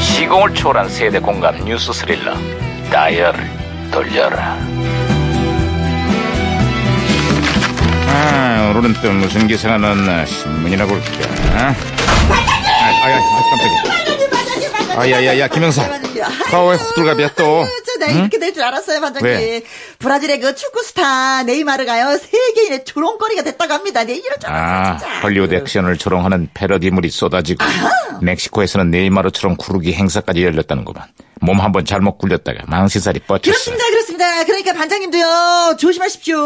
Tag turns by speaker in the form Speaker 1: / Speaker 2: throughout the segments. Speaker 1: 시공을 초월한 세대 공감 뉴스 스릴러 다이얼을 돌려라
Speaker 2: 아, 오늘은 또 무슨 기사가 났나 신문이나 볼까? 반장님! 아야, 아, 깜짝이야. 아야야야, 김영사. 가와의 호들갑이야 또.
Speaker 3: 아유, 저 내가 이렇게 될 줄 알았어요, 반장님.
Speaker 2: 왜?
Speaker 3: 브라질의 그 축구 스타 네이마르가요 세계인의 조롱거리가 됐다고 합니다. 네, 이럴 줄 알았어요,
Speaker 2: 아,
Speaker 3: 진짜.
Speaker 2: 헐리우드 액션을 조롱하는 패러디물이 쏟아지고 멕시코에서는 네이마르처럼 구르기 행사까지 열렸다는구만. 몸 한번 잘못 굴렸다가 망신살이 뻗쳤어.
Speaker 3: 그렇습니다, 그렇습니다. 그러니까 반장님도요 조심하십시오.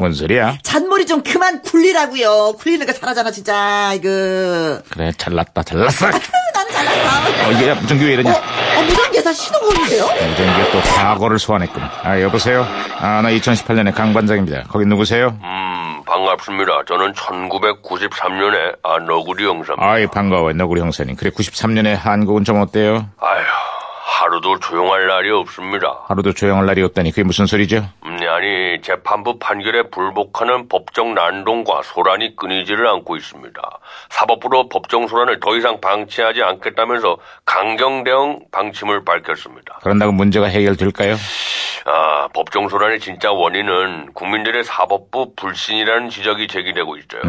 Speaker 2: 뭔 소리야?
Speaker 3: 잔머리 좀 그만 굴리라고요. 굴리는 거 잘하잖아, 진짜. 이거.
Speaker 2: 그래, 잘났다, 잘났어. 어,
Speaker 3: 나는 잘났어.
Speaker 2: 이게 무전기 왜
Speaker 3: 어,
Speaker 2: 이러냐?
Speaker 3: 어 무전기에서 신호가 오는데요?
Speaker 4: 네,
Speaker 2: 무전기가 또 과거를 소환했군. 아, 여보세요? 아, 나 2018년의 강반장입니다. 거기 누구세요?
Speaker 4: 음, 반갑습니다. 저는 1993년에 아, 안너구리 형사입니다.
Speaker 2: 아이 반가워요 너구리 형사님 그래 93년에 한국은 좀 어때요?
Speaker 4: 아휴, 하루도 조용할 날이 없습니다.
Speaker 2: 하루도 조용할 날이 없다니 그게 무슨 소리죠?
Speaker 4: 음, 아니, 재판부 판결에 불복하는 법정 난동과 소란이 끊이지를 않고 있습니다. 사법부로 법정 소란을 더 이상 방치하지 않겠다면서 강경 대응 방침을 밝혔습니다.
Speaker 2: 그런다고 문제가 해결될까요?
Speaker 4: 아, 법정 소란의 진짜 원인은 국민들의 사법부 불신이라는 지적이 제기되고 있어요.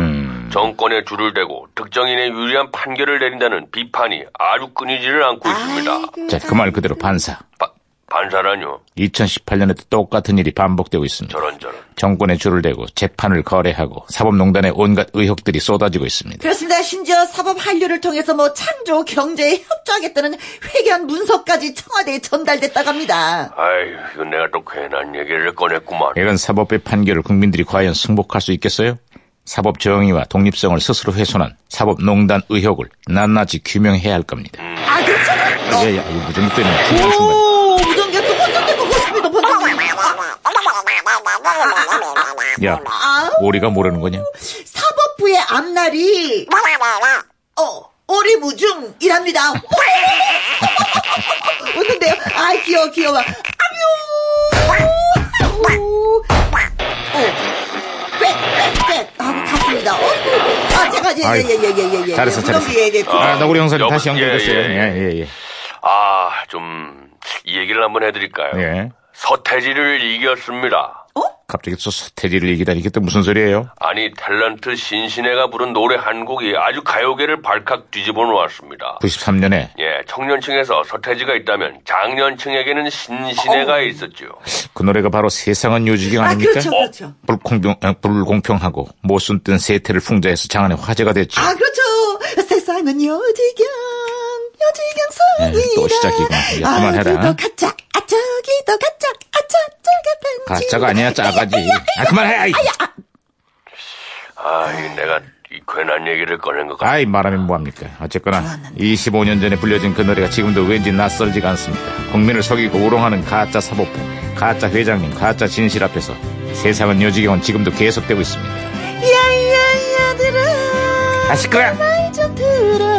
Speaker 4: 정권에 줄을 대고 특정인의 유리한 판결을 내린다는 비판이 아주 끊이지를 않고 있습니다.
Speaker 2: 자 그 말 그대로 반사
Speaker 4: 바- 반사라뇨?
Speaker 2: 2018년에도 똑같은 일이 반복되고 있습니다
Speaker 4: 저런 저런.
Speaker 2: 정권의 줄을 대고 재판을 거래하고 사법농단의 온갖 의혹들이 쏟아지고 있습니다
Speaker 3: 그렇습니다. 심지어 사법 한류를 통해서 뭐 창조 경제에 협조하겠다는 회견 문서까지 청와대에 전달됐다고 합니다.
Speaker 4: 아이, 이건 내가 또 괜한 얘기를 꺼냈구만.
Speaker 2: 이런 사법의 판결을 국민들이 과연 승복할 수 있겠어요? 사법 정의와 독립성을 스스로 훼손한 사법농단 의혹을 낱낱이 규명해야 할 겁니다
Speaker 3: 아, 그렇죠. 어,
Speaker 2: 야야 이거 무전기 때문에 중간 중간
Speaker 3: 오, 무전기가 또 혼선되고 있습니다, 번장님.
Speaker 2: 야
Speaker 3: 아,
Speaker 2: 오리가 모르는 거냐?
Speaker 3: 사법부의 앞날이, 어, 오리무중이랍니다. 웃는데요? 아, 귀여워, 귀여워. 아뮤! 오, 꽤, 꽤, 꽤. 하고 갔습니다. 어, 아, 제가, 예, 예, 예, 예, 예, 예, 예.
Speaker 2: 잘했어, 잘했어.
Speaker 3: 무전기, 예, 예.
Speaker 2: 아, 너구리 형사님
Speaker 4: 여보,
Speaker 2: 다시 연결됐어요.
Speaker 4: 예, 예,
Speaker 2: 예, 예, 예.
Speaker 4: 아, 좀, 이 얘기를 한번 해드릴까요?
Speaker 2: 예.
Speaker 4: 서태지를 이겼습니다.
Speaker 2: 갑자기 또 서태지를 얘기다니 이게 또 무슨 소리예요?
Speaker 4: 아니, 탤런트 신신애가 부른 노래 한 곡이 아주 가요계를 발칵 뒤집어 놓았습니다.
Speaker 2: 93년에
Speaker 4: 예, 청년층에서 서태지가 있다면 장년층에게는 신신애가 있었죠.
Speaker 2: 그 노래가 바로 세상은 요지경
Speaker 3: 아,
Speaker 2: 아닙니까?
Speaker 3: 그렇죠, 그렇죠.
Speaker 2: 불공평, 어, 불공평하고 모순된 세태를 풍자해서 장안의 화제가 됐죠.
Speaker 3: 아, 그렇죠. 세상은 요지경, 요지경
Speaker 2: 예,
Speaker 3: 성이다.
Speaker 2: 또 시작이구나. 야, 그만해라.
Speaker 3: 아기도 가짜, 아, 저기도 가짜, 아, 저짜가 반지.
Speaker 2: 가짜가 아니야, 짜가지. 아, 그만해! 아이,
Speaker 4: 아, 이 내가 이 괜한 얘기를 꺼낸 것 같아.
Speaker 2: 아이 말하면 뭐합니까? 어쨌거나 25년 전에 불려진 그 노래가 지금도 왠지 낯설지가 않습니다. 국민을 속이고 우롱하는 가짜 사법부, 가짜 회장님, 가짜 진실 앞에서 세상은 요지경은 지금도 계속되고 있습니다.
Speaker 3: 야야야들아
Speaker 2: 아실 거야!
Speaker 3: 말 좀 들어